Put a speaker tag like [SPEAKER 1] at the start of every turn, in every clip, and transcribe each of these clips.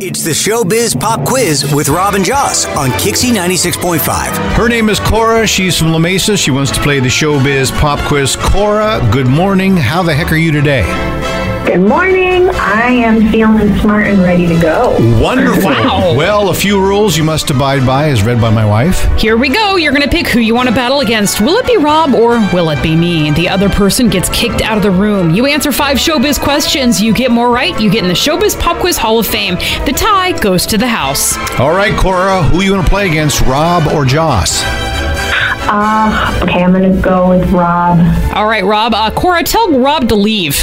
[SPEAKER 1] It's the Showbiz Pop Quiz with Robin Joss on Kixie 96.5.
[SPEAKER 2] Her name is Cora. She's from La Mesa. She wants to play the Showbiz Pop Quiz. Cora, good morning. How the heck are you today?
[SPEAKER 3] Good morning. I am feeling smart and ready to go.
[SPEAKER 2] Wonderful. Well, a few rules you must abide by as read by my wife.
[SPEAKER 4] Here we go. You're going to pick who you want to battle against. Will it be Rob or will it be me? The other person gets kicked out of the room. You answer five showbiz questions. You get more right, you get in the Showbiz Pop Quiz Hall of Fame. The tie goes to the house.
[SPEAKER 2] All right, Cora, who you going to play against, Rob or Joss?
[SPEAKER 3] Uh, okay, I'm going to go with Rob.
[SPEAKER 4] All right, Rob. Uh, Cora, tell Rob to leave.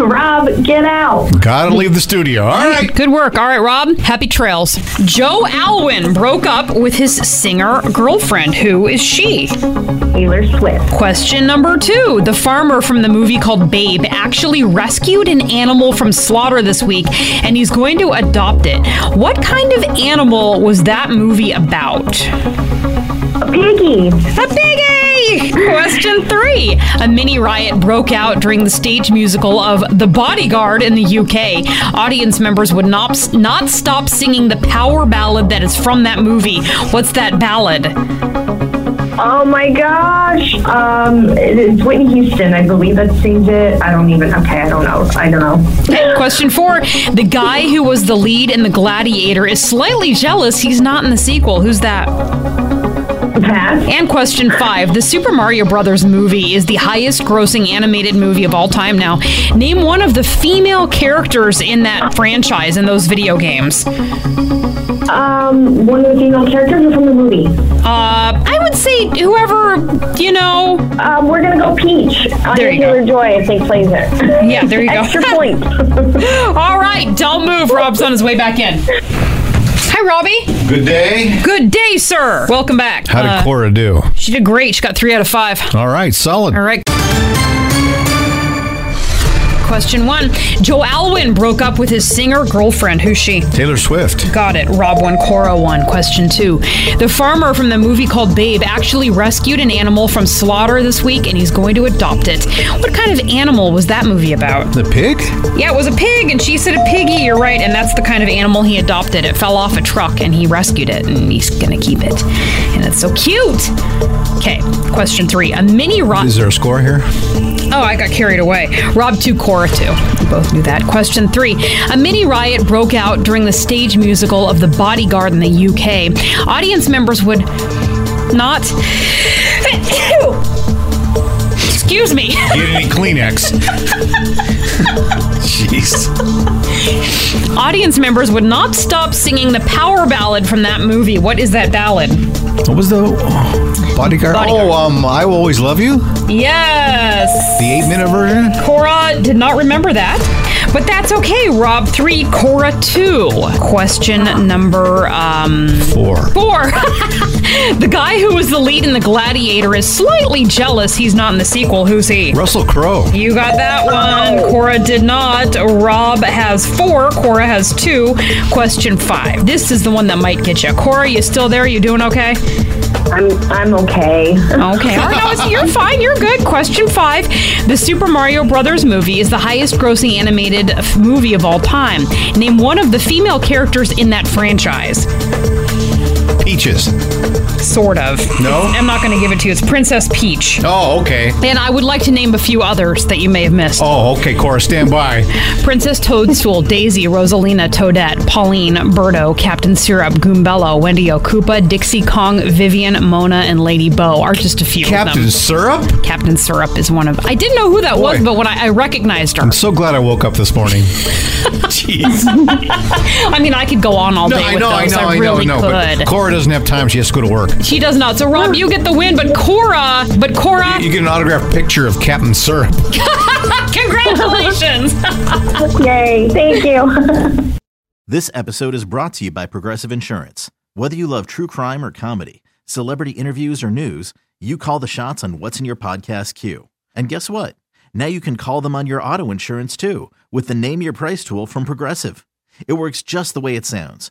[SPEAKER 3] Rob, get out.
[SPEAKER 2] Gotta leave the studio. All right.
[SPEAKER 4] Good work. All right, Rob. Happy trails. Joe Alwyn broke up with his singer girlfriend. Who is she?
[SPEAKER 3] Taylor Swift.
[SPEAKER 4] Question number two. The farmer from the movie called Babe actually rescued an animal from slaughter this week, and he's going to adopt it. What kind of animal was that movie about?
[SPEAKER 3] Piggy.
[SPEAKER 4] A biggie! Question three. A mini riot broke out during the stage musical of The Bodyguard in the UK. Audience members would not, not stop singing the power ballad that is from that movie. What's that ballad?
[SPEAKER 3] Oh my gosh. Um, it's Whitney Houston, I believe, that sings it. I don't even. Okay, I don't know. I don't know.
[SPEAKER 4] Question four. The guy who was the lead in The Gladiator is slightly jealous he's not in the sequel. Who's that?
[SPEAKER 3] Pass.
[SPEAKER 4] And question five. The Super Mario Brothers movie is the highest grossing animated movie of all time now. Name one of the female characters in that franchise in those video games. Uh,
[SPEAKER 3] Um, one of the female characters or from the movie.
[SPEAKER 4] Uh, I would say whoever, you know,
[SPEAKER 3] Um, we're gonna go Peach.
[SPEAKER 4] There
[SPEAKER 3] Anya
[SPEAKER 4] you go.
[SPEAKER 3] Taylor Joy, if they plays it.
[SPEAKER 4] Yeah, there you go.
[SPEAKER 3] Extra point.
[SPEAKER 4] All right, don't move. Rob's on his way back in. Hi, Robbie.
[SPEAKER 2] Good day.
[SPEAKER 4] Good day, sir. Welcome back.
[SPEAKER 2] How did
[SPEAKER 4] Uh,
[SPEAKER 2] Cora do?
[SPEAKER 4] she did great. She got three out of five.
[SPEAKER 2] All right, solid.
[SPEAKER 4] All right. Question one Joe Alwyn broke up with his singer girlfriend. Who's she?
[SPEAKER 2] Taylor Swift.
[SPEAKER 4] Got it. Rob one, Cora one. Question two. The farmer from the movie called Babe actually rescued an animal from slaughter this week and he's going to adopt it. What kind of animal was that movie about?
[SPEAKER 2] The pig?
[SPEAKER 4] Yeah, it was a pig and she said a piggy. You're right. And that's the kind of animal he adopted. It fell off a truck and he rescued it and he's going to keep it. And it's so cute. Okay. Question three. A mini rock.
[SPEAKER 2] Is there a score here?
[SPEAKER 4] Oh, I got carried away. Rob 2, Cora 2. We both knew that. Question 3. A mini riot broke out during the stage musical of The Bodyguard in the UK. Audience members would not. Excuse me.
[SPEAKER 2] Get any Kleenex. Jeez.
[SPEAKER 4] Audience members would not stop singing the power ballad from that movie. What is that ballad?
[SPEAKER 2] What was the oh, bodyguard?
[SPEAKER 4] Bodyguard.
[SPEAKER 2] Oh, um, I will always love you.
[SPEAKER 4] Yes.
[SPEAKER 2] The eight-minute version.
[SPEAKER 4] Cora did not remember that. But that's okay. Rob 3, Cora 2. Question number um
[SPEAKER 2] Four.
[SPEAKER 4] Four. the guy who was the lead in The Gladiator is slightly jealous he's not in the sequel. Who's he?
[SPEAKER 2] Russell Crowe.
[SPEAKER 4] You got that one. Cora did not. Rob has four. Cora has two. Question five. This is the one that might get you. Cora, you still there? You doing okay?
[SPEAKER 3] I'm I'm okay.
[SPEAKER 4] Okay. All right, no, it's- you're fine. You're good. Question five. The Super Mario Brothers movie is the highest grossing animated f- movie of all time. Name one of the female characters in that franchise.
[SPEAKER 2] Peaches.
[SPEAKER 4] Sort of.
[SPEAKER 2] No?
[SPEAKER 4] I'm not going to give it to you. It's Princess Peach.
[SPEAKER 2] Oh, okay.
[SPEAKER 4] And I would like to name a few others that you may have missed.
[SPEAKER 2] Oh, okay, Cora, stand by.
[SPEAKER 4] Princess Toadstool, Daisy, Rosalina, Toadette, Pauline, Birdo, Captain Syrup, Goombello, Wendy Okupa, Dixie Kong, Vivian, Mona, and Lady Bo are just a few of
[SPEAKER 2] Captain
[SPEAKER 4] them.
[SPEAKER 2] Syrup?
[SPEAKER 4] Captain Syrup is one of I didn't know who that was,
[SPEAKER 2] Boy.
[SPEAKER 4] but when I, I recognized her.
[SPEAKER 2] I'm so glad I woke up this morning. Jeez.
[SPEAKER 4] I mean, I could go on all day with those. I, really could.
[SPEAKER 2] But Cora doesn't have time. She has to go to work.
[SPEAKER 4] she does not. So Rob, you get the win, but Cora, but Cora,
[SPEAKER 2] You get an autographed picture of Captain Syrup.
[SPEAKER 4] congratulations.
[SPEAKER 3] Yay! Thank you.
[SPEAKER 5] This episode is brought to you by Progressive Insurance. Whether you love true crime or comedy, celebrity interviews or news, you call the shots on what's in your podcast queue. And guess what? Now you can call them on your auto insurance too with the Name Your Price tool from Progressive. It works just the way it sounds.